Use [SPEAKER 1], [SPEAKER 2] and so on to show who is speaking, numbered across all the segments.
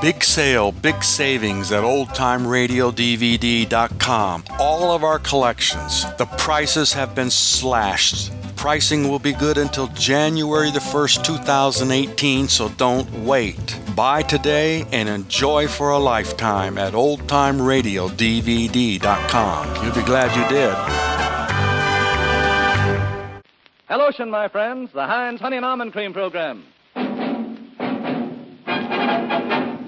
[SPEAKER 1] Big sale, big savings at oldtimeradiodvd.com. All of our collections, the prices have been slashed. Pricing will be good until January the 1st, 2018, so don't wait. Buy today and enjoy for a lifetime at oldtimeradiodvd.com. You'll be glad you did.
[SPEAKER 2] Hellotion, my friends, the Heinz Honey and Almond Cream program.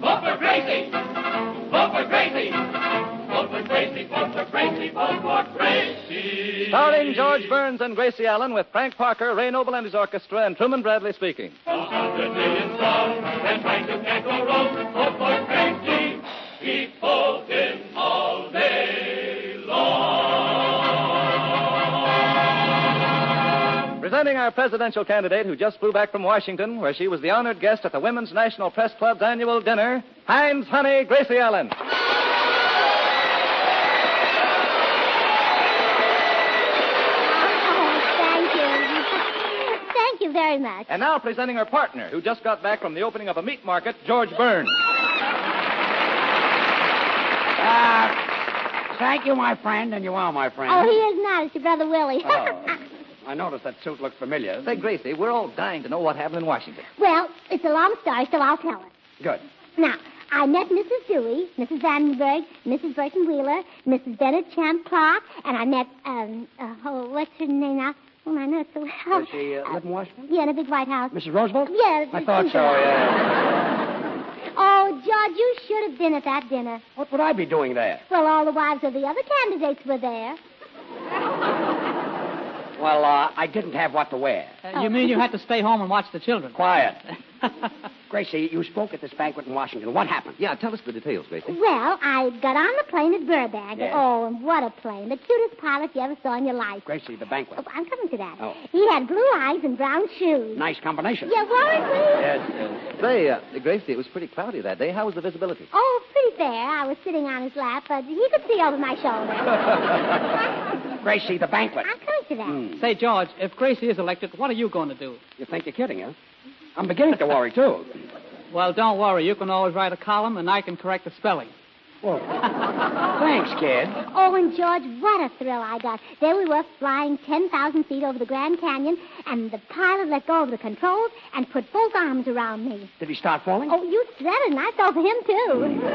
[SPEAKER 3] Vote for Gracie! Vote for Gracie! Vote for Gracie! Vote for Gracie! Vote for Gracie!
[SPEAKER 2] Starring George Burns and Gracie Allen with Frank Parker, Ray Noble and his orchestra, and Truman Bradley speaking.
[SPEAKER 3] Those hundred million songs and trying to can't go wrong. Vote for Gracie! Keep voting all day long.
[SPEAKER 2] Presenting our presidential candidate who just flew back from Washington, where she was the honored guest at the Women's National Press Club's annual dinner, Heinz Honey Gracie Allen.
[SPEAKER 4] Oh, Thank you. Thank you very much.
[SPEAKER 2] And now presenting her partner, who just got back from the opening of a meat market, George Burns.
[SPEAKER 5] Ah, thank you, my friend, and you are my friend. Oh.
[SPEAKER 4] Oh, he is not. It's your brother Willie.
[SPEAKER 5] I noticed that suit looked familiar.
[SPEAKER 2] Say, Gracie, we're all dying to know what happened in Washington.
[SPEAKER 4] well, it's a long story, so I'll tell it.
[SPEAKER 5] Good.
[SPEAKER 4] Now, I met Mrs. Dewey, Mrs. Vandenberg, Mrs. Burton Wheeler, Mrs. Bennett Champ Clark, and I met, um, uh, oh, what's her name now? Oh, I know it so well.
[SPEAKER 5] Does she uh, live in Washington?
[SPEAKER 4] Yeah, in a big White House.
[SPEAKER 5] Mrs. Roosevelt?
[SPEAKER 4] Yeah.
[SPEAKER 5] I thought so, yeah.
[SPEAKER 4] Oh, George, you should have been at that dinner.
[SPEAKER 5] What would I be doing there?
[SPEAKER 4] Well, all the wives of the other candidates were there.
[SPEAKER 5] Well, uh, I didn't have what to wear.
[SPEAKER 6] Uh, you mean you had to stay home and watch the children?
[SPEAKER 5] Quiet. Gracie, you spoke at this banquet in Washington. What happened?
[SPEAKER 2] Yeah, tell us the details, Gracie.
[SPEAKER 4] Well, I got on the plane at Burbank.
[SPEAKER 5] Yes.
[SPEAKER 4] Oh, and what a plane. The cutest pilot you ever saw in your life.
[SPEAKER 5] Gracie, the banquet.
[SPEAKER 4] Oh, I'm coming to that.
[SPEAKER 5] Oh.
[SPEAKER 4] He had blue eyes and brown shoes.
[SPEAKER 5] Nice combination.
[SPEAKER 4] Yeah, weren't we?
[SPEAKER 5] Yes, yes.
[SPEAKER 2] Say, uh, Gracie, it was pretty cloudy that day. How was the visibility?
[SPEAKER 4] Oh, pretty fair. I was sitting on his lap, but he could see over my shoulder.
[SPEAKER 5] Gracie, the banquet.
[SPEAKER 4] I'm coming to that.
[SPEAKER 5] Hmm.
[SPEAKER 6] Say, George, if Gracie is elected, what are you going to do?
[SPEAKER 5] You think you're kidding, huh? I'm beginning to worry, too.
[SPEAKER 6] Well, don't worry. You can always write a column, and I can correct the spelling.
[SPEAKER 5] Whoa. Thanks, kid.
[SPEAKER 4] Oh, and George, what a thrill I got. There we were flying 10,000 feet over the Grand Canyon, and the pilot let go of the controls and put both arms around me.
[SPEAKER 5] Did he start falling?
[SPEAKER 4] Oh, you said it, and I fell for him,
[SPEAKER 5] Hmm.
[SPEAKER 4] too.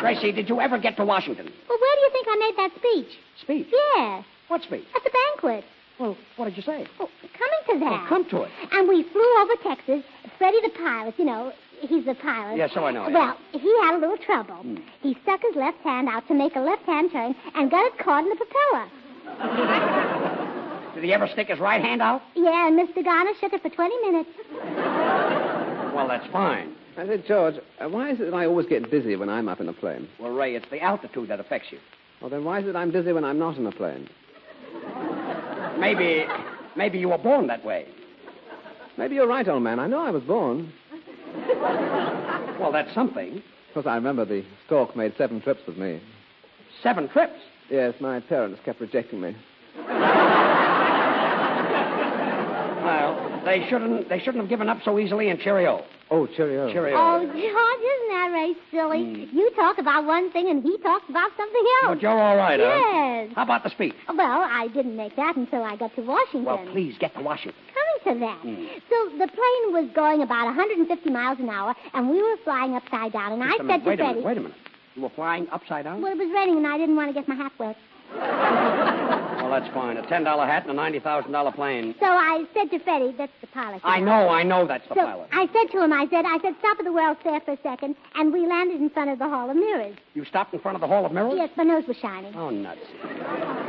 [SPEAKER 5] Gracie, did you ever get to Washington?
[SPEAKER 4] Well, where do you think I made that speech?
[SPEAKER 5] Speech.
[SPEAKER 4] Yes,
[SPEAKER 5] What speech?
[SPEAKER 4] at the banquet.
[SPEAKER 5] Well, what did you say?
[SPEAKER 4] Oh, coming to that.
[SPEAKER 5] Oh, come to it.
[SPEAKER 4] And we flew over Texas. Freddie the pilot, you know, he's the pilot.
[SPEAKER 5] Yeah, so oh, I know, Hmm. yeah.
[SPEAKER 4] Well, he had a little trouble. He stuck his left hand out to make a left-hand turn and got it caught in the propeller.
[SPEAKER 5] Did he ever stick his right hand out?
[SPEAKER 4] Yeah, and Mr. Garner shook it for 20 minutes.
[SPEAKER 5] Well, that's fine.
[SPEAKER 7] I said, George, uh, why is it that I always get dizzy when I'm up in a plane?
[SPEAKER 5] Well, Ray, it's the altitude that affects you.
[SPEAKER 7] Well, then why is it that I'm dizzy when I'm not in a plane?
[SPEAKER 5] Maybe, maybe you were born that way.
[SPEAKER 7] Maybe you're right, old man. I know I was born.
[SPEAKER 5] Well, that's something.
[SPEAKER 7] Of course, I remember the stork made seven trips with me.
[SPEAKER 5] Seven trips.
[SPEAKER 7] Yes, my parents kept rejecting me.
[SPEAKER 5] Well, they shouldn't. They shouldn't have given up so easily. And cheerio.
[SPEAKER 7] Oh, cheerio.
[SPEAKER 5] Cheerio.
[SPEAKER 4] Oh, George, isn't that right silly?
[SPEAKER 5] Hmm.
[SPEAKER 4] You talk about one thing and he talks about something else.
[SPEAKER 5] But you're all right,
[SPEAKER 4] yes.
[SPEAKER 5] huh? How about the speech?
[SPEAKER 4] Well, I didn't make that until I got to Washington.
[SPEAKER 5] Well, please get to Washington.
[SPEAKER 4] coming to that.
[SPEAKER 5] Hmm.
[SPEAKER 4] So the plane was going about 150 miles an hour, and we were flying upside down. And I
[SPEAKER 5] Just a
[SPEAKER 4] said
[SPEAKER 5] minute. Wait
[SPEAKER 4] to
[SPEAKER 5] a
[SPEAKER 4] Freddie,
[SPEAKER 5] minute. Wait a minute. You were flying upside down.
[SPEAKER 4] "Well, it was raining, and I didn't want to get my hat wet."
[SPEAKER 5] Well, that's fine. A ten dollar hat and a ninety thousand dollar plane.
[SPEAKER 4] So I said to Freddie, "That's the pilot."
[SPEAKER 5] I know. I know. That's the
[SPEAKER 4] So
[SPEAKER 5] pilot.
[SPEAKER 4] I said to him, "I said, I said, stop at the World's Fair for a second, and we landed in front of the Hall of Mirrors.
[SPEAKER 5] You stopped in front of the Hall of Mirrors.
[SPEAKER 4] Yes, my nose was shining.
[SPEAKER 5] Oh, nuts.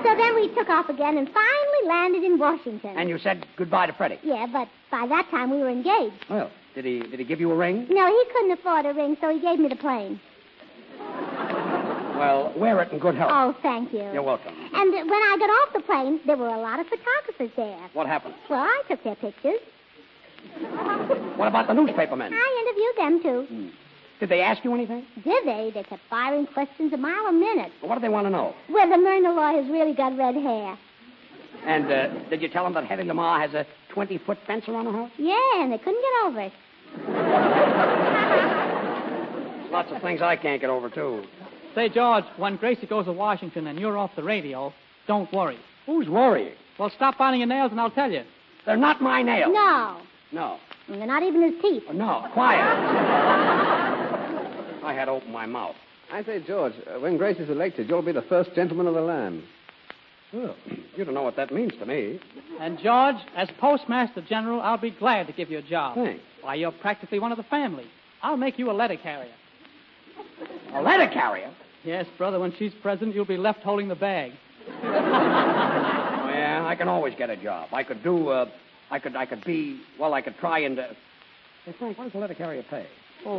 [SPEAKER 4] So then we took off again, and finally landed in Washington.
[SPEAKER 5] And you said goodbye to Freddie.
[SPEAKER 4] yeah, but by that time we were engaged.
[SPEAKER 5] Well, did he? Did he give you a ring?
[SPEAKER 4] No, he couldn't afford a ring, so he gave me the plane.
[SPEAKER 5] Well, wear it in good health.
[SPEAKER 4] Oh, thank you.
[SPEAKER 5] You're welcome.
[SPEAKER 4] And when I got off the plane, there were a lot of photographers there.
[SPEAKER 5] What happened?
[SPEAKER 4] Well, I took their pictures.
[SPEAKER 5] What about the newspaper men?
[SPEAKER 4] I interviewed them too.
[SPEAKER 5] Did they ask you anything?
[SPEAKER 4] Did they? They kept firing questions a mile a minute.
[SPEAKER 5] What do they want to know?
[SPEAKER 4] Whether Myrna Law has really got red hair.
[SPEAKER 5] And uh, did you tell them that Hetty Lamar has a 20 foot fence around her house?
[SPEAKER 4] Yeah, and they couldn't get over it.
[SPEAKER 5] lots of things I can't get over, too.
[SPEAKER 6] Say, George, when Gracie goes to Washington and you're off the radio, don't worry.
[SPEAKER 5] Who's worrying?
[SPEAKER 6] Well, stop biting your nails and I'll tell you.
[SPEAKER 5] They're not my nails.
[SPEAKER 4] No.
[SPEAKER 5] No.
[SPEAKER 4] And they're not even his teeth.
[SPEAKER 5] No, quiet. I had opened my mouth.
[SPEAKER 7] I say, George, uh, when Grace is elected, you'll be the first gentleman of the land.
[SPEAKER 5] You don't know what that means to me.
[SPEAKER 6] And, George, as Postmaster General, I'll be glad to give you a job.
[SPEAKER 5] Thanks.
[SPEAKER 6] Why, you're practically one of the family. I'll make you a letter carrier.
[SPEAKER 5] A letter carrier?
[SPEAKER 6] Yes, brother, when she's president, you'll be left holding the bag.
[SPEAKER 5] Oh, yeah, I can always get a job. I could do, uh, I could, I could be, well, I could try and, uh... Hey, Frank, what does a letter carrier pay?
[SPEAKER 6] Oh,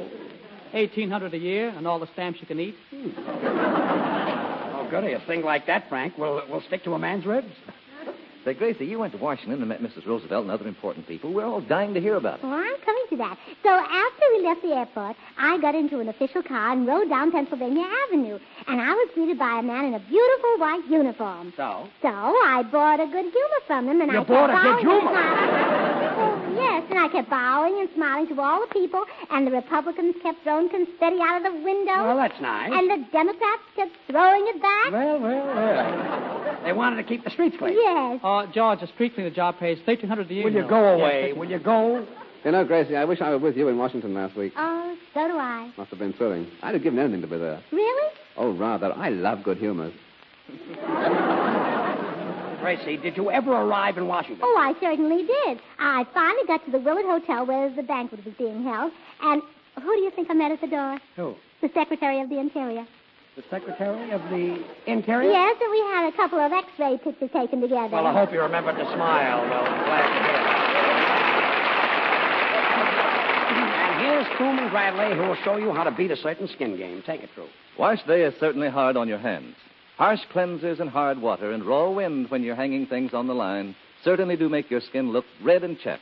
[SPEAKER 6] 1800 a year and all the stamps you can eat.
[SPEAKER 5] Oh, goody, a thing like that, Frank, will, will stick to a man's ribs.
[SPEAKER 8] Say, Gracie, you went to Washington and met Mrs. Roosevelt and other important people. We're all dying to hear about it.
[SPEAKER 4] Well, I'm coming to that. So after we left the airport, I got into an official car and rode down Pennsylvania Avenue. And I was greeted by a man in a beautiful white uniform.
[SPEAKER 5] So?
[SPEAKER 4] So I bought a good humor from him, and
[SPEAKER 5] You
[SPEAKER 4] I kept
[SPEAKER 5] bought a
[SPEAKER 4] bowing
[SPEAKER 5] good humor?
[SPEAKER 4] And smiling. Oh, yes, and I kept bowing and smiling to all the people, and the Republicans kept throwing confetti out of the window.
[SPEAKER 5] Well, that's nice.
[SPEAKER 4] And the Democrats kept throwing it back.
[SPEAKER 5] Well, well, well. They wanted to keep the streets clean.
[SPEAKER 4] Yes.
[SPEAKER 6] Oh, George, a street cleaner job pays 1300 a year.
[SPEAKER 5] Will you
[SPEAKER 6] know.
[SPEAKER 5] go
[SPEAKER 6] Yes,
[SPEAKER 5] away?
[SPEAKER 6] yes.
[SPEAKER 5] Will you go?
[SPEAKER 7] You know, Gracie, I wish I were with you in Washington last week.
[SPEAKER 4] Oh, so do I.
[SPEAKER 7] Must have been thrilling. I'd have given anything to be there.
[SPEAKER 4] Really?
[SPEAKER 7] Oh, rather. I love good humor.
[SPEAKER 5] Gracie, did you ever arrive in Washington?
[SPEAKER 4] Oh, I certainly did. I finally got to the Willard Hotel where the banquet was being held, and who do you think I met at the door?
[SPEAKER 5] Who?
[SPEAKER 4] The Secretary of the Interior.
[SPEAKER 5] The Secretary of the Interior?
[SPEAKER 4] Yes, and we had a couple of X-ray pictures taken together.
[SPEAKER 5] Well, I hope you remembered to smile, though. I'm glad you did. And here's Truman Bradley, who will show you how to beat a certain skin game. Take it, True.
[SPEAKER 8] Wash day is certainly hard on your hands. Harsh cleansers and hard water and raw wind when you're hanging things on the line certainly do make your skin look red and chapped.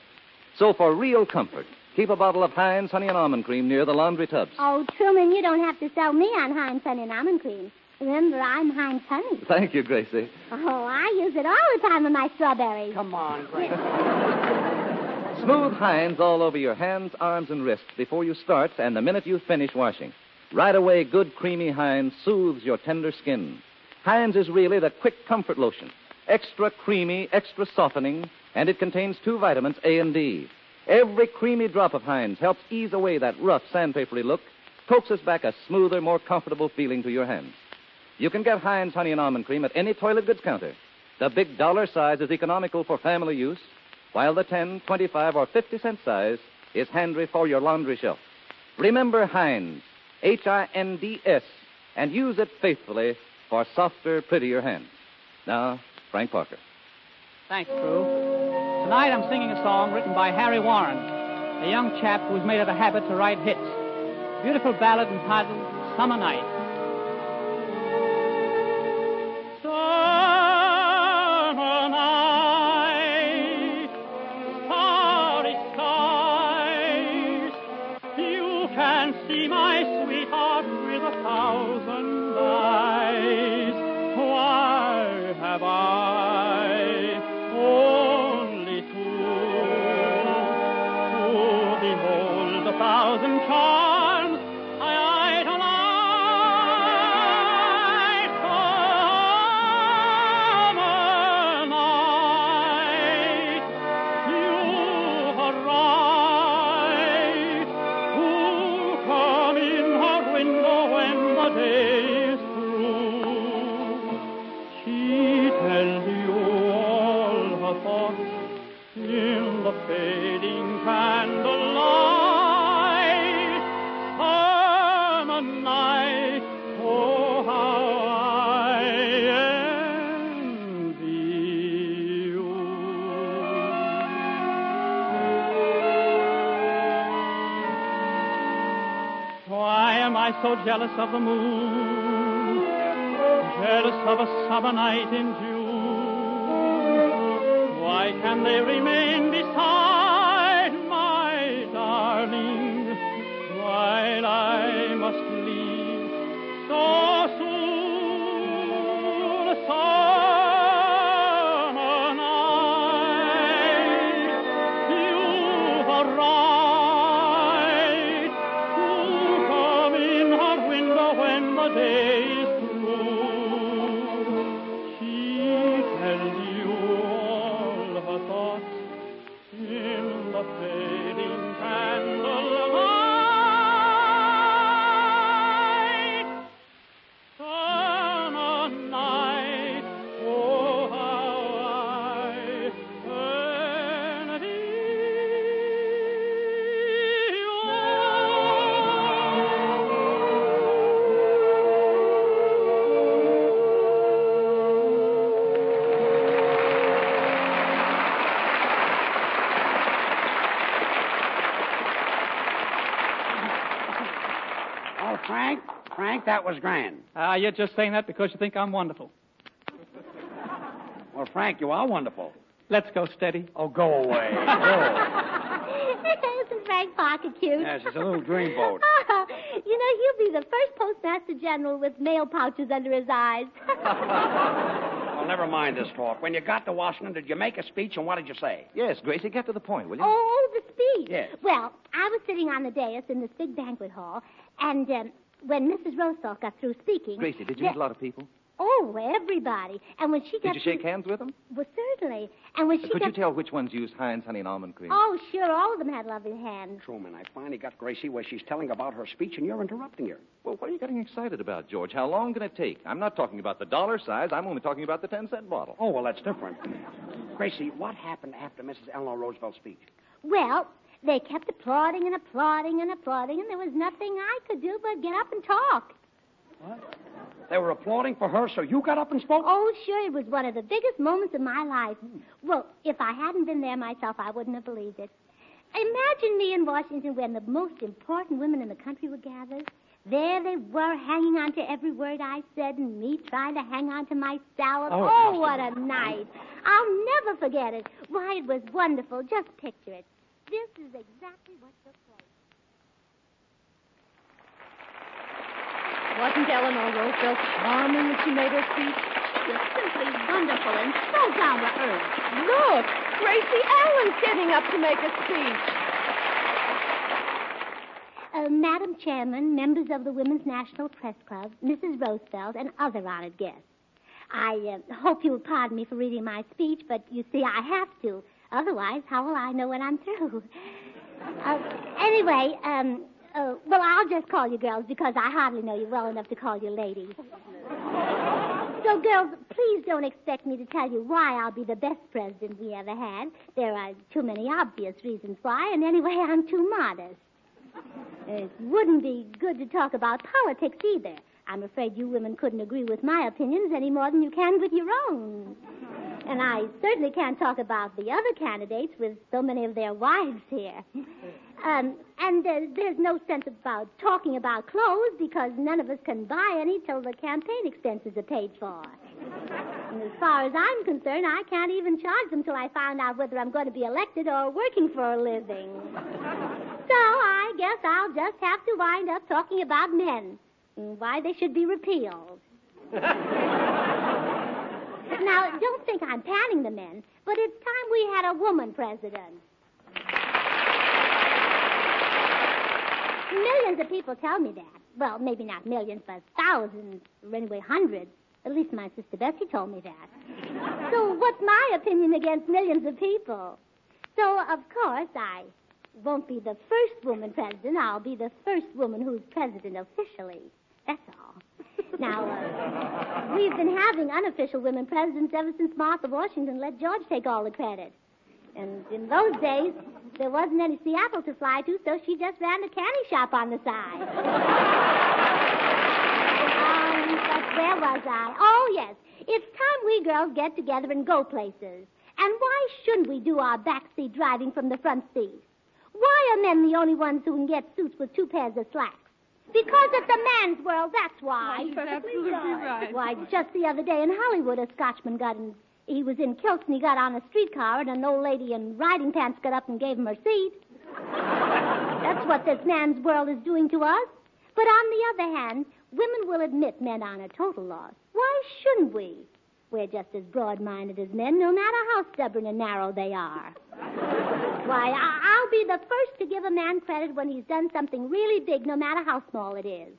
[SPEAKER 8] So for real comfort, keep a bottle of Heinz honey and almond cream near the laundry tubs.
[SPEAKER 4] Oh, Truman, you don't have to sell me on Heinz honey and almond cream. Remember, I'm Heinz honey.
[SPEAKER 8] Thank you, Gracie.
[SPEAKER 4] Oh, I use it all the time with my strawberries.
[SPEAKER 5] Come on, Gracie.
[SPEAKER 8] Smooth Heinz all over your hands, arms, and wrists before you start and the minute you finish washing. Right away, good creamy Heinz soothes your tender skin. Heinz is really the quick comfort lotion. Extra creamy, extra softening, and it contains two vitamins, A and D. Every creamy drop of Heinz helps ease away that rough, sandpapery look, coaxes back a smoother, more comfortable feeling to your hands. You can get Heinz Honey and Almond Cream at any toilet goods counter. The big dollar size is economical for family use, while the 10, 25, or 50 cent size is handy for your laundry shelf. Remember Heinz, H I N D S, and use it faithfully for softer, prettier hands. Now, Frank Parker.
[SPEAKER 6] Thanks, Drew. Tonight I'm singing a song written by Harry Warren, a young chap who's made it a habit to write hits. Beautiful ballad entitled Summer Night. Summer night, starry skies. You can see my sweetheart with a thousand eyes. Why have I only two to behold a thousand charms I idolize? Summer night, you arrive, who come in her window when the day is through. She tells you all her thoughts in the fading candlelight. Summer night, oh, how I envy you. Why am I so jealous of the moon? Jealous of a summer night in June? Why can they remain beside my darling while I must leave so soon? Summer night, you arrive. Who come in
[SPEAKER 5] Well, Oh, Frank, Frank, that was grand.
[SPEAKER 6] Ah, you're just saying that because you think I'm wonderful.
[SPEAKER 5] Well, Frank, you are wonderful.
[SPEAKER 6] Let's go steady.
[SPEAKER 5] Oh, go away. Go.
[SPEAKER 4] Isn't Frank Parker cute?
[SPEAKER 5] Yes, it's a little dreamboat.
[SPEAKER 4] Oh, you know, he'll be the first postmaster general with mail pouches under his eyes. Oh,
[SPEAKER 5] well, never mind this talk. When you got to Washington, did you make a speech, and what did you say?
[SPEAKER 8] Yes, Gracie, get to the point, will you?
[SPEAKER 4] oh, the speech.
[SPEAKER 5] Yes.
[SPEAKER 4] Well, I was sitting on the dais in this big banquet hall, and um, when Mrs. Rostoff got through speaking.
[SPEAKER 8] Gracie, did you
[SPEAKER 4] the-
[SPEAKER 8] meet a lot of people?
[SPEAKER 4] Oh, everybody. And when she got
[SPEAKER 8] Did you shake
[SPEAKER 4] through-
[SPEAKER 8] hands with them?
[SPEAKER 4] Well, certainly. And when she
[SPEAKER 8] Could
[SPEAKER 4] got
[SPEAKER 8] you tell which ones used Heinz honey and almond cream?
[SPEAKER 4] Oh, sure, all of them had lovely hands.
[SPEAKER 5] Truman, I finally got Gracie where she's telling about her speech, and you're interrupting her.
[SPEAKER 8] Well, what are you getting excited about, George? How long can it take? I'm not talking about the dollar size. I'm only talking about the 10 cent bottle.
[SPEAKER 5] Oh, well, that's different. Gracie, what happened after Mrs. Eleanor Roosevelt's speech?
[SPEAKER 4] Well, they kept applauding and applauding and applauding, and there was nothing I could do but get up and talk.
[SPEAKER 5] They were applauding for her, so you got up and spoke?
[SPEAKER 4] Oh, sure, it was one of the biggest moments of my life. Well, if I hadn't been there myself, I wouldn't have believed it. Imagine me in Washington when the most important women in the country were gathered. There they were, hanging on to every word I said, and me trying to hang on to my salad.
[SPEAKER 5] Oh,
[SPEAKER 4] Oh,
[SPEAKER 5] it must
[SPEAKER 4] what a night. I'll never forget it. Why, it was wonderful. Just picture it. This is exactly what took place.
[SPEAKER 9] Wasn't Eleanor Roosevelt charming when she made her speech?
[SPEAKER 4] It's simply wonderful and so down to earth.
[SPEAKER 9] Look, Gracie Allen's getting up to make a speech.
[SPEAKER 4] Uh, Madam Chairman, members of the Women's National Press Club, Mrs. Roosevelt, and other honored guests. I uh, hope you'll pardon me for reading my speech, but you see, I have to. Otherwise, how will I know when I'm through? Uh, anyway, um, uh, well, I'll just call you girls because I hardly know you well enough to call you ladies. So, girls, please don't expect me to tell you why I'll be the best president we ever had. There are too many obvious reasons why, and anyway, I'm too modest. It wouldn't be good to talk about politics either. I'm afraid you women couldn't agree with my opinions any more than you can with your own. And I certainly can't talk about the other candidates with so many of their wives here. Um, and uh, there's no sense about talking about clothes because none of us can buy any till the campaign expenses are paid for. And as far as I'm concerned, I can't even charge them till I find out whether I'm going to be elected or working for a living. So I guess I'll just have to wind up talking about men and why they should be repealed. now, don't think I'm panning the men, but it's time we had a woman president. millions of people tell me that. Well, maybe not millions, but thousands, or anyway, hundreds. At least my sister Bessie told me that. so what's my opinion against millions of people? So, of course, I won't be the first woman president. I'll be the first woman who's president officially. That's all. Now, uh, we've been having unofficial women presidents ever since Martha Washington let George take all the credit. And in those days, there wasn't any Seattle to fly to, so she just ran a candy shop on the side. um, but where was I? Oh, yes. It's time we girls get together and go places. And why shouldn't we do our backseat driving from the front seat? Why are men the only ones who can get suits with two pairs of slacks? Because it's a man's world, that's why.
[SPEAKER 9] absolutely right.
[SPEAKER 4] Why, just the other day in Hollywood, a Scotchman got in. He was in kilts and he got on a streetcar, and an old lady in riding pants got up and gave him her seat. That's what this man's world is doing to us. But on the other hand, women will admit men aren't a total loss. Why shouldn't we? We're just as broad minded as men, no matter how stubborn and narrow they are. Why, I- I'll be the first to give a man credit when he's done something really big, no matter how small it is.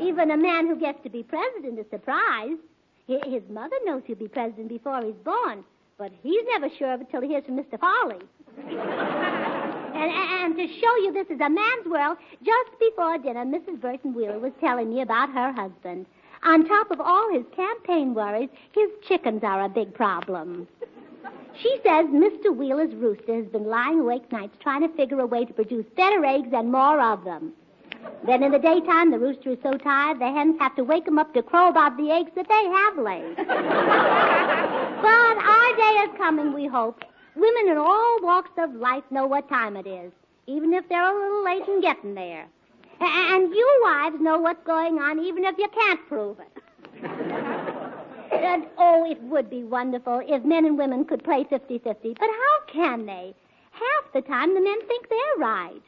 [SPEAKER 4] Even a man who gets to be president is surprised. Hi- His mother knows he'll be president before he's born, but he's never sure of it till he hears from Mr. Farley. and, and to show you this is a man's world, just before dinner, Mrs. Burton Wheeler was telling me about her husband. On top of all his campaign worries, his chickens are a big problem. She says Mr. Wheeler's rooster has been lying awake nights trying to figure a way to produce better eggs and more of them. Then in the daytime, the rooster is so tired, the hens have to wake him up to crow about the eggs that they have laid. but our day is coming, we hope. Women in all walks of life know what time it is, even if they're a little late in getting there. A- And you wives know what's going on, even if you can't prove it. and, oh, it would be wonderful if men and women could play 50 50, but how can they? Half the time, the men think they're right.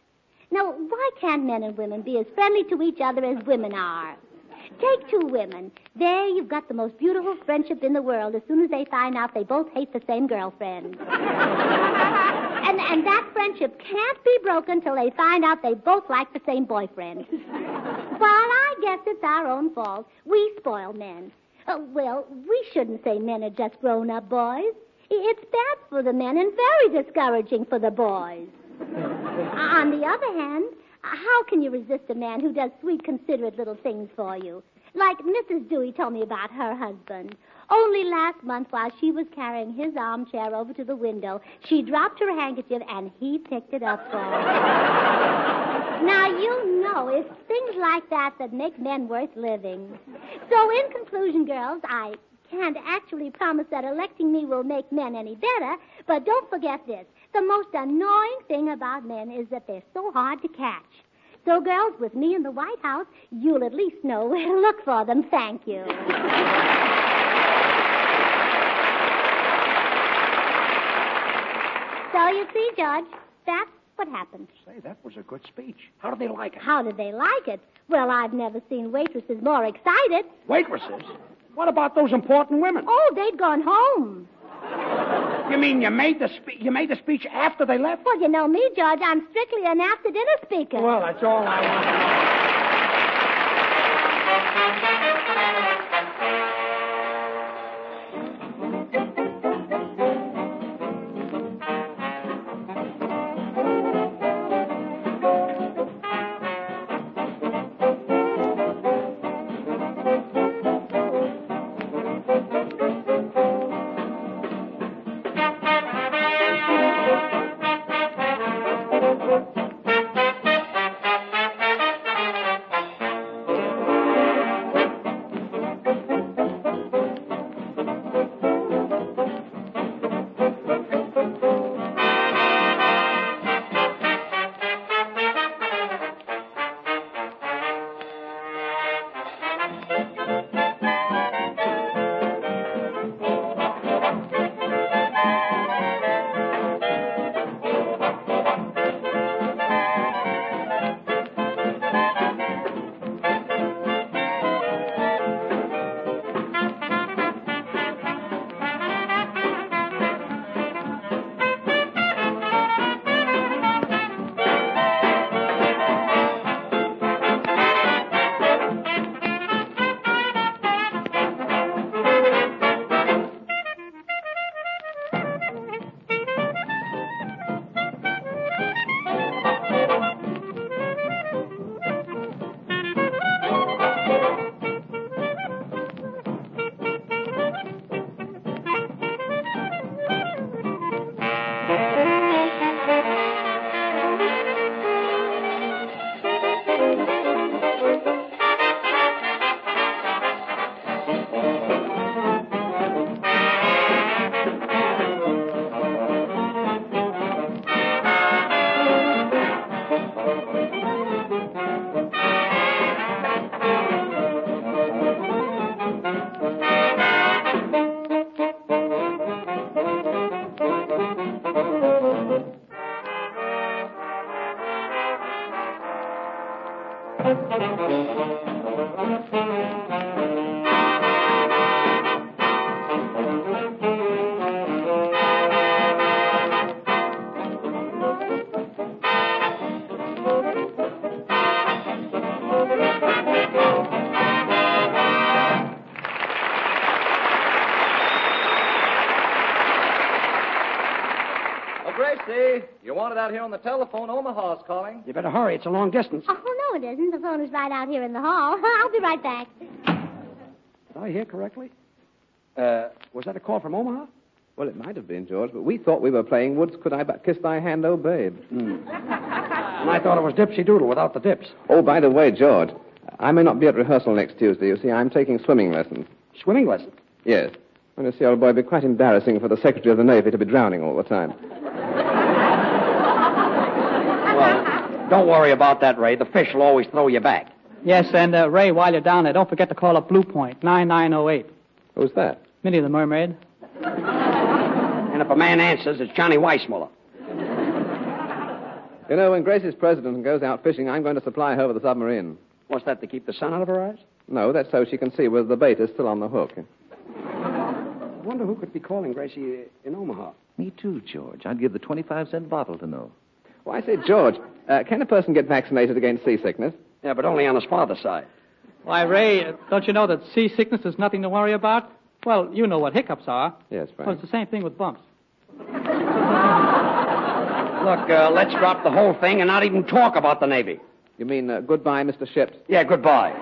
[SPEAKER 4] Now, why can't men and women be as friendly to each other as women are? Take two women. There, you've got the most beautiful friendship in the world as soon as they find out they both hate the same girlfriend. And, and that friendship can't be broken till they find out they both like the same boyfriend. well, I guess it's our own fault. We spoil men. Uh, well, we shouldn't say men are just grown up boys. I- It's bad for the men and very discouraging for the boys. Uh, On the other hand, how can you resist a man who does sweet, considerate little things for you? Like Mrs. Dewey told me about her husband. Only last month, while she was carrying his armchair over to the window, she dropped her handkerchief and he picked it up for her. now, you know, it's things like that that make men worth living. So, in conclusion, girls, I can't actually promise that electing me will make men any better, but don't forget this. The most annoying thing about men is that they're so hard to catch. So, girls, with me in the White House, you'll at least know where to look for them. Thank you. so, you see, Judge, that's what happens.
[SPEAKER 5] Say, that was a good speech. How did they like it?
[SPEAKER 4] How did they like it? Well, I've never seen waitresses more excited.
[SPEAKER 5] Waitresses? What about those important women?
[SPEAKER 4] Oh, they'd gone home.
[SPEAKER 5] You mean you made the spe- you made the speech after they left?
[SPEAKER 4] Well, you know me, Judge. I'm strictly an after dinner speaker.
[SPEAKER 5] Well, that's all I want.
[SPEAKER 2] Oh, Gracie, you wanted out here on the telephone. Omaha's calling.
[SPEAKER 5] You better hurry. It's a long distance.
[SPEAKER 4] Oh, no, it isn't. The phone is right out here in the hall. I'll be right back.
[SPEAKER 5] Did I hear correctly? Uh, was that a call from Omaha?
[SPEAKER 7] Well, it might have been, George, but we thought we were playing Woods Could I But Kiss Thy Hand, Oh Babe.
[SPEAKER 5] And I thought it was Dipsy Doodle without the dips.
[SPEAKER 7] Oh, by the way, George, I may not be at rehearsal next Tuesday. You see, I'm taking swimming lessons.
[SPEAKER 5] Swimming lesson.
[SPEAKER 7] Yes. Well, you see, old boy, it'd be quite embarrassing for the Secretary of the Navy to be drowning all the time.
[SPEAKER 5] Well, Don't worry about that, Ray. The fish will always throw you back.
[SPEAKER 6] Yes, and uh, Ray, while you're down there, don't forget to call up Blue Point, 9908.
[SPEAKER 7] Who's that?
[SPEAKER 6] Minnie the Mermaid.
[SPEAKER 5] And if a man answers, it's Johnny Weissmuller.
[SPEAKER 7] You know, when Gracie's president and goes out fishing, I'm going to supply her with a submarine.
[SPEAKER 5] What's that to keep the sun out of her eyes?
[SPEAKER 7] No, that's so she can see whether the bait is still on the hook.
[SPEAKER 5] I wonder who could be calling Gracie uh, in Omaha.
[SPEAKER 8] Me too, George. I'd give the 25 cent bottle to know.
[SPEAKER 7] Well, I say, George, uh, can a person get vaccinated against seasickness?
[SPEAKER 5] Yeah, but only on his father's side.
[SPEAKER 6] Why, Ray, uh, don't you know that seasickness is nothing to worry about? Well, you know what hiccups are.
[SPEAKER 7] Yes, Frank.
[SPEAKER 6] Well, it's the same thing with bumps.
[SPEAKER 5] Look, uh, let's drop the whole thing and not even talk about the Navy.
[SPEAKER 7] You mean uh, goodbye, Mr. Ships?
[SPEAKER 5] Yeah, goodbye.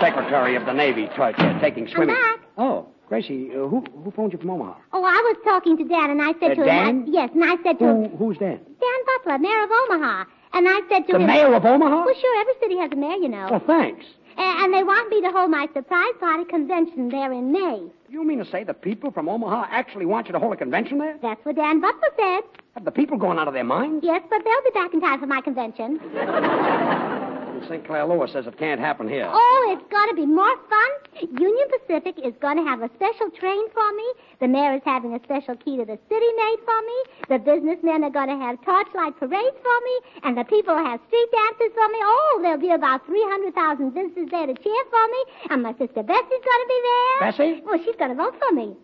[SPEAKER 5] Secretary of the Navy, try, uh, taking
[SPEAKER 4] I'm
[SPEAKER 5] swimming.
[SPEAKER 4] back.
[SPEAKER 5] Oh, Gracie, uh, who, who phoned you from Omaha?
[SPEAKER 4] Oh, I was talking to Dan, and I said
[SPEAKER 5] Uh,
[SPEAKER 4] to him,
[SPEAKER 5] Dan?
[SPEAKER 4] I, yes, and I said to him,
[SPEAKER 5] Who, who's that?
[SPEAKER 4] Dan Butler, mayor of Omaha, and I said to
[SPEAKER 5] The
[SPEAKER 4] him,
[SPEAKER 5] mayor Oh. of Omaha?
[SPEAKER 4] Well, sure, every city has a mayor, you know.
[SPEAKER 5] Well, thanks.
[SPEAKER 4] A- And they want me to hold my surprise party convention there in May.
[SPEAKER 5] You mean to say the people from Omaha actually want you to hold a convention there?
[SPEAKER 4] That's what Dan Butler said.
[SPEAKER 5] Have the people gone out of their minds?
[SPEAKER 4] Yes, but they'll be back in time for my convention.
[SPEAKER 5] And St. Clair Lewis says it can't happen here.
[SPEAKER 4] Oh, it's going to be more fun. Union Pacific is going to have a special train for me. The mayor is having a special key to the city made for me. The businessmen are going to have torchlight parades for me. And the people will have street dances for me. Oh, there'll be about 300,000 visitors there to cheer for me. And my sister Bessie's going to be there.
[SPEAKER 5] Bessie?
[SPEAKER 4] Well, she's going to vote for me.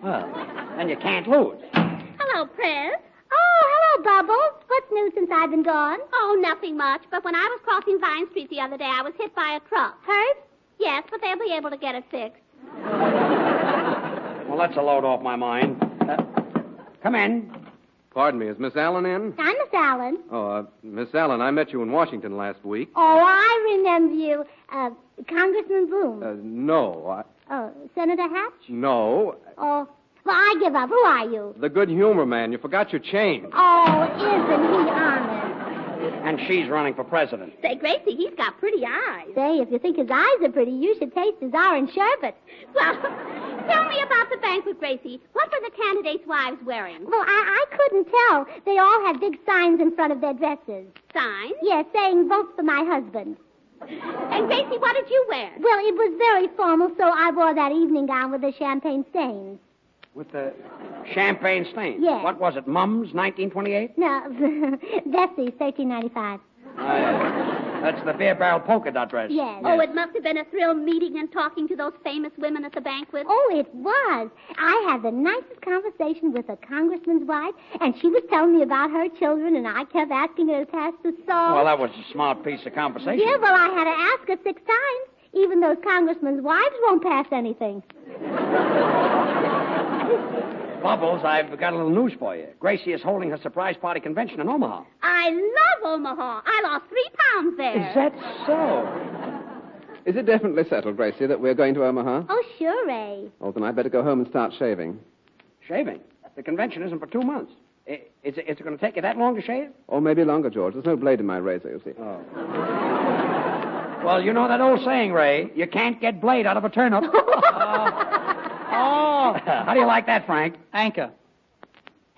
[SPEAKER 5] Well, then you can't lose.
[SPEAKER 4] Hello, Prez. Oh, hello, Bubbles. What's new since I've been gone? Oh, nothing much. But when I was crossing Vine Street the other day, I was hit by a truck. Hurt? Yes, but they'll be able to get it fixed.
[SPEAKER 5] Well, that's a load off my mind. Uh, come in.
[SPEAKER 7] Pardon me, is Miss Allen in?
[SPEAKER 4] I'm Miss Allen.
[SPEAKER 7] Oh, uh, Miss Allen, I met you in Washington last week.
[SPEAKER 4] Oh, I remember you. Uh, Congressman Bloom.
[SPEAKER 7] Uh, no, I,
[SPEAKER 4] oh, Senator Hatch?
[SPEAKER 7] no.
[SPEAKER 4] Oh, well, I give up. Who are you?
[SPEAKER 7] The good humor man. You forgot your change.
[SPEAKER 4] Oh, isn't he honest?
[SPEAKER 5] And she's running for president.
[SPEAKER 9] Say, Gracie, he's got pretty eyes.
[SPEAKER 4] Say, if you think his eyes are pretty, you should taste his orange sherbet.
[SPEAKER 9] Well, tell me about the banquet, Gracie. What were the candidates' wives wearing?
[SPEAKER 4] Well, I, I couldn't tell. They all had big signs in front of their dresses.
[SPEAKER 9] Signs?
[SPEAKER 4] Yes, saying vote for my husband.
[SPEAKER 9] And Gracie, what did you wear?
[SPEAKER 4] Well, it was very formal, so I wore that evening gown with the champagne stains.
[SPEAKER 5] With the champagne stain.
[SPEAKER 4] Yes.
[SPEAKER 5] What was it, Mums, 1928?
[SPEAKER 4] No, Bessie's 1395.
[SPEAKER 5] Uh, that's the beer barrel polka dot dress.
[SPEAKER 4] Yes.
[SPEAKER 9] Oh, it must have been a thrill meeting and talking to those famous women at the banquet.
[SPEAKER 4] Oh, it was. I had the nicest conversation with a congressman's wife, and she was telling me about her children, and I kept asking her to pass the salt.
[SPEAKER 5] Well, that was a smart piece of conversation.
[SPEAKER 4] yeah, well, I had to ask her six times. Even those congressmen's wives won't pass anything.
[SPEAKER 5] Bubbles, I've got a little news for you. Gracie is holding her surprise party convention in Omaha.
[SPEAKER 9] I love Omaha. I lost three pounds there.
[SPEAKER 5] Is that so?
[SPEAKER 7] Is it definitely settled, Gracie, that we're going to Omaha?
[SPEAKER 4] Oh, sure, Ray.
[SPEAKER 7] Oh, then I'd better go home and start shaving.
[SPEAKER 5] Shaving. The convention isn't for two months. I- Is it, is it going to take you that long to shave?
[SPEAKER 7] Or maybe longer, George. There's no blade in my razor, you see.
[SPEAKER 5] Well, you know that old saying, Ray. You can't get blade out of a turnip. Uh,
[SPEAKER 6] Oh,
[SPEAKER 5] How do you like that, Frank?
[SPEAKER 6] anchor.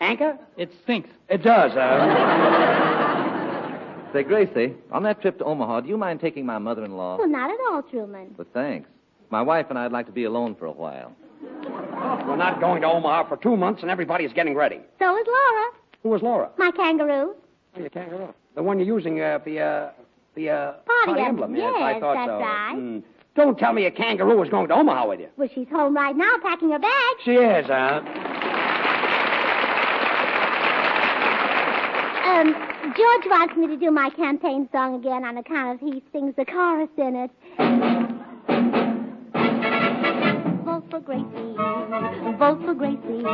[SPEAKER 5] Anchor?
[SPEAKER 6] It stinks.
[SPEAKER 5] It does. Uh,
[SPEAKER 8] Say, Gracie, on that trip to Omaha, do you mind taking my mother in law?
[SPEAKER 4] Well, not at all, Truman.
[SPEAKER 8] But thanks. My wife and I'd like to be alone for a while.
[SPEAKER 5] we're not going to Omaha for two months, and everybody's getting ready.
[SPEAKER 4] So is Laura,
[SPEAKER 5] Who was Laura?
[SPEAKER 4] my
[SPEAKER 5] Oh,
[SPEAKER 4] kangaroo.
[SPEAKER 5] you can't get off. The one you're using, uh, the, uh, the, uh,
[SPEAKER 4] Party
[SPEAKER 5] party
[SPEAKER 4] emblem.
[SPEAKER 5] emblem. Yes, I
[SPEAKER 4] Yes,
[SPEAKER 5] thought
[SPEAKER 4] that's
[SPEAKER 5] so.
[SPEAKER 4] right.
[SPEAKER 5] Hmm. Don't tell me a kangaroo was going to Omaha with you.
[SPEAKER 4] Well, she's home right now packing her bag.
[SPEAKER 5] She is, uh, huh?
[SPEAKER 4] Um, George wants me to do my campaign song again on account of he sings the chorus in it. Vote for Gracie, vote for Gracie.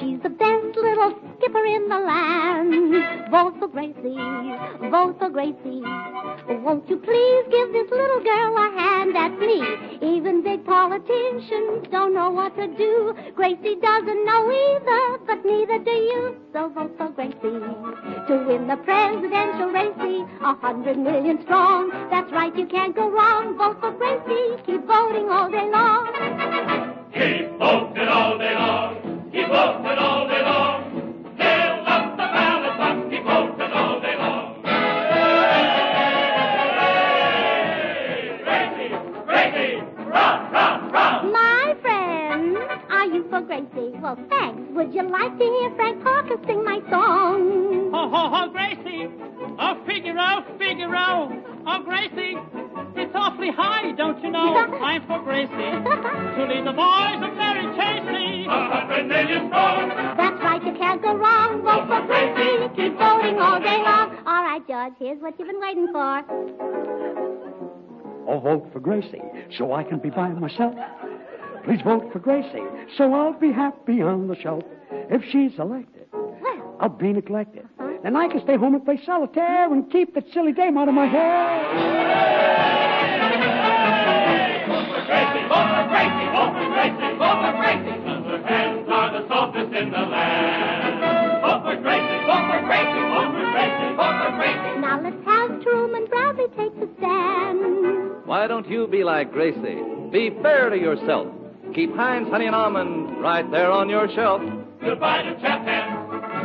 [SPEAKER 4] She's the best little skipper in the land. Vote for Gracie, vote for Gracie. Won't you please give this little girl a hand? That's me. Even big politicians don't know what to do. Gracie doesn't know either, but neither do you. So vote for Gracie to win the presidential race. A hundred million strong. That's right, you can't go wrong. Vote for Gracie. Keep voting all day long.
[SPEAKER 3] Keep voting all day long. Keep voting all day long. Fill up the ballot box. Keep voting all day long.
[SPEAKER 4] Would you like to hear Frank Parker sing my song?
[SPEAKER 6] Ho, ho, ho, Gracie! Oh, Figaro, Figaro! Oh, Gracie! It's awfully high, don't you know? I'm for Gracie. To lead the boys of Mary Casey.
[SPEAKER 3] A hundred million dollars.
[SPEAKER 4] That's right, you can't go wrong. Vote for Gracie. Keep voting all day long. All right, George, here's what you've been waiting for.
[SPEAKER 5] I'll oh, vote for Gracie so I can be by myself. Please vote for Gracie so I'll be happy on the shelf. If she's elected, I'll be neglected. Then I can stay home and play solitaire and keep that silly dame out of my hair.
[SPEAKER 3] Gracie, vote for Gracie, vote for Gracie, vote for Gracie. 'Cause her hands are the softest in the land. Vote for Gracie, vote for Gracie, vote for Gracie, vote for Gracie.
[SPEAKER 4] Now let's have Truman Bradley take the stand.
[SPEAKER 8] Why don't you be like Gracie? Be fair to yourself. Keep Heinz Honey and Almond right there on your shelf.
[SPEAKER 3] Goodbye to Chapman,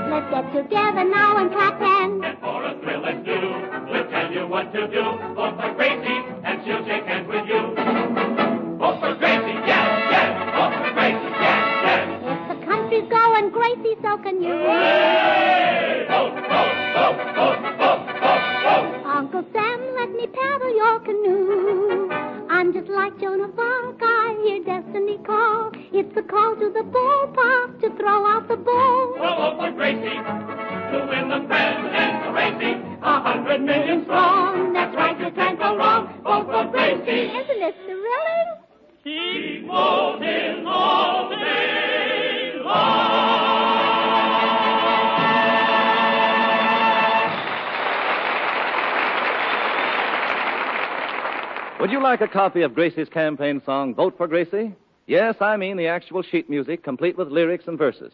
[SPEAKER 4] Let's get together now and clap hands.
[SPEAKER 3] and for a thrill let's do. We'll tell you what to do. Vote for Gracie, and she'll shake hands with you. Vote for Gracie, yes, yes. Vote for Gracie, yes, yes.
[SPEAKER 4] If the country's going, Gracie, so can you.
[SPEAKER 3] Vote, vote, vote, vote, vote, vote, vote.
[SPEAKER 4] Uncle Sam, let me paddle your canoe. I'm just like Joan of Arc, I hear destiny call. It's a call to the ballpark to throw out the ball.
[SPEAKER 3] Well, vote for Gracie to win the presidential race. A hundred million strong. That's right, you can't go wrong. Vote for Gracie.
[SPEAKER 4] Isn't it thrilling?
[SPEAKER 3] Keep voting all day long.
[SPEAKER 8] Would you like a copy of Gracie's campaign song, Vote for Gracie? Yes, I mean the actual sheet music, complete with lyrics and verses.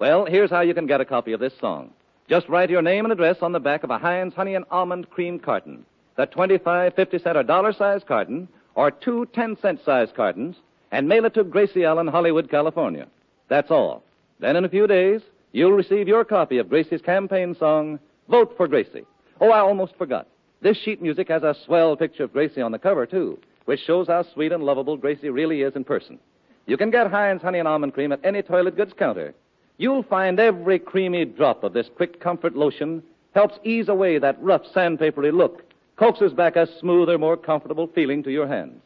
[SPEAKER 8] Well, here's how you can get a copy of this song. Just write your name and address on the back of a Heinz Honey and Almond Cream carton, that 25, 50 cent, or dollar size carton, or two 10 cent size cartons, and mail it to Gracie Allen, Hollywood, California. That's all. Then in a few days, you'll receive your copy of Gracie's campaign song, Vote for Gracie. Oh, I almost forgot. This sheet music has a swell picture of Gracie on the cover, too, which shows how sweet and lovable Gracie really is in person. You can get Heinz Honey and Almond Cream at any toilet goods counter. You'll find every creamy drop of this quick comfort lotion helps ease away that rough, sandpapery look, coaxes back a smoother, more comfortable feeling to your hands.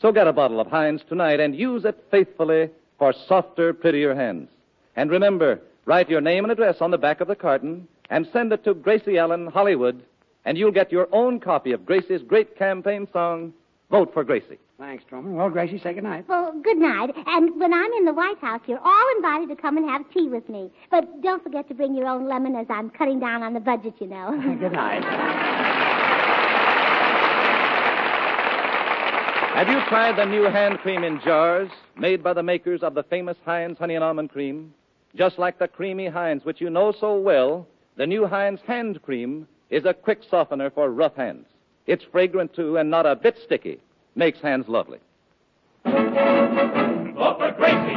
[SPEAKER 8] So get a bottle of Heinz tonight and use it faithfully for softer, prettier hands. And remember, write your name and address on the back of the carton and send it to Gracie Allen, Hollywood, and you'll get your own copy of Gracie's great campaign song, Vote for Gracie.
[SPEAKER 5] Thanks, Truman. Well, Gracie, say goodnight.
[SPEAKER 4] Well, good night. And when I'm in the White House, you're all invited to come and have tea with me. But don't forget to bring your own lemon as I'm cutting down on the budget, you know.
[SPEAKER 5] Good night.
[SPEAKER 8] Have you tried the new hand cream in jars made by the makers of the famous Heinz Honey and Almond Cream? Just like the creamy Heinz, which you know so well, the new Heinz hand cream is a quick softener for rough hands. It's fragrant, too, and not a bit sticky. Makes hands lovely.
[SPEAKER 3] Vote for Gracie.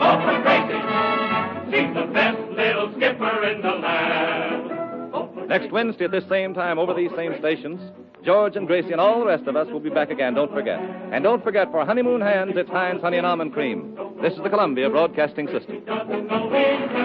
[SPEAKER 3] Vote for Gracie. She's the best little skipper in the land. Vote for
[SPEAKER 8] Next Wednesday at this same time, over these same stations, George and Gracie and all the rest of us will be back again. Don't forget. And don't forget, for honeymoon hands, it's Heinz Honey and Almond Cream. This is the Columbia Broadcasting System.
[SPEAKER 3] doesn't know he's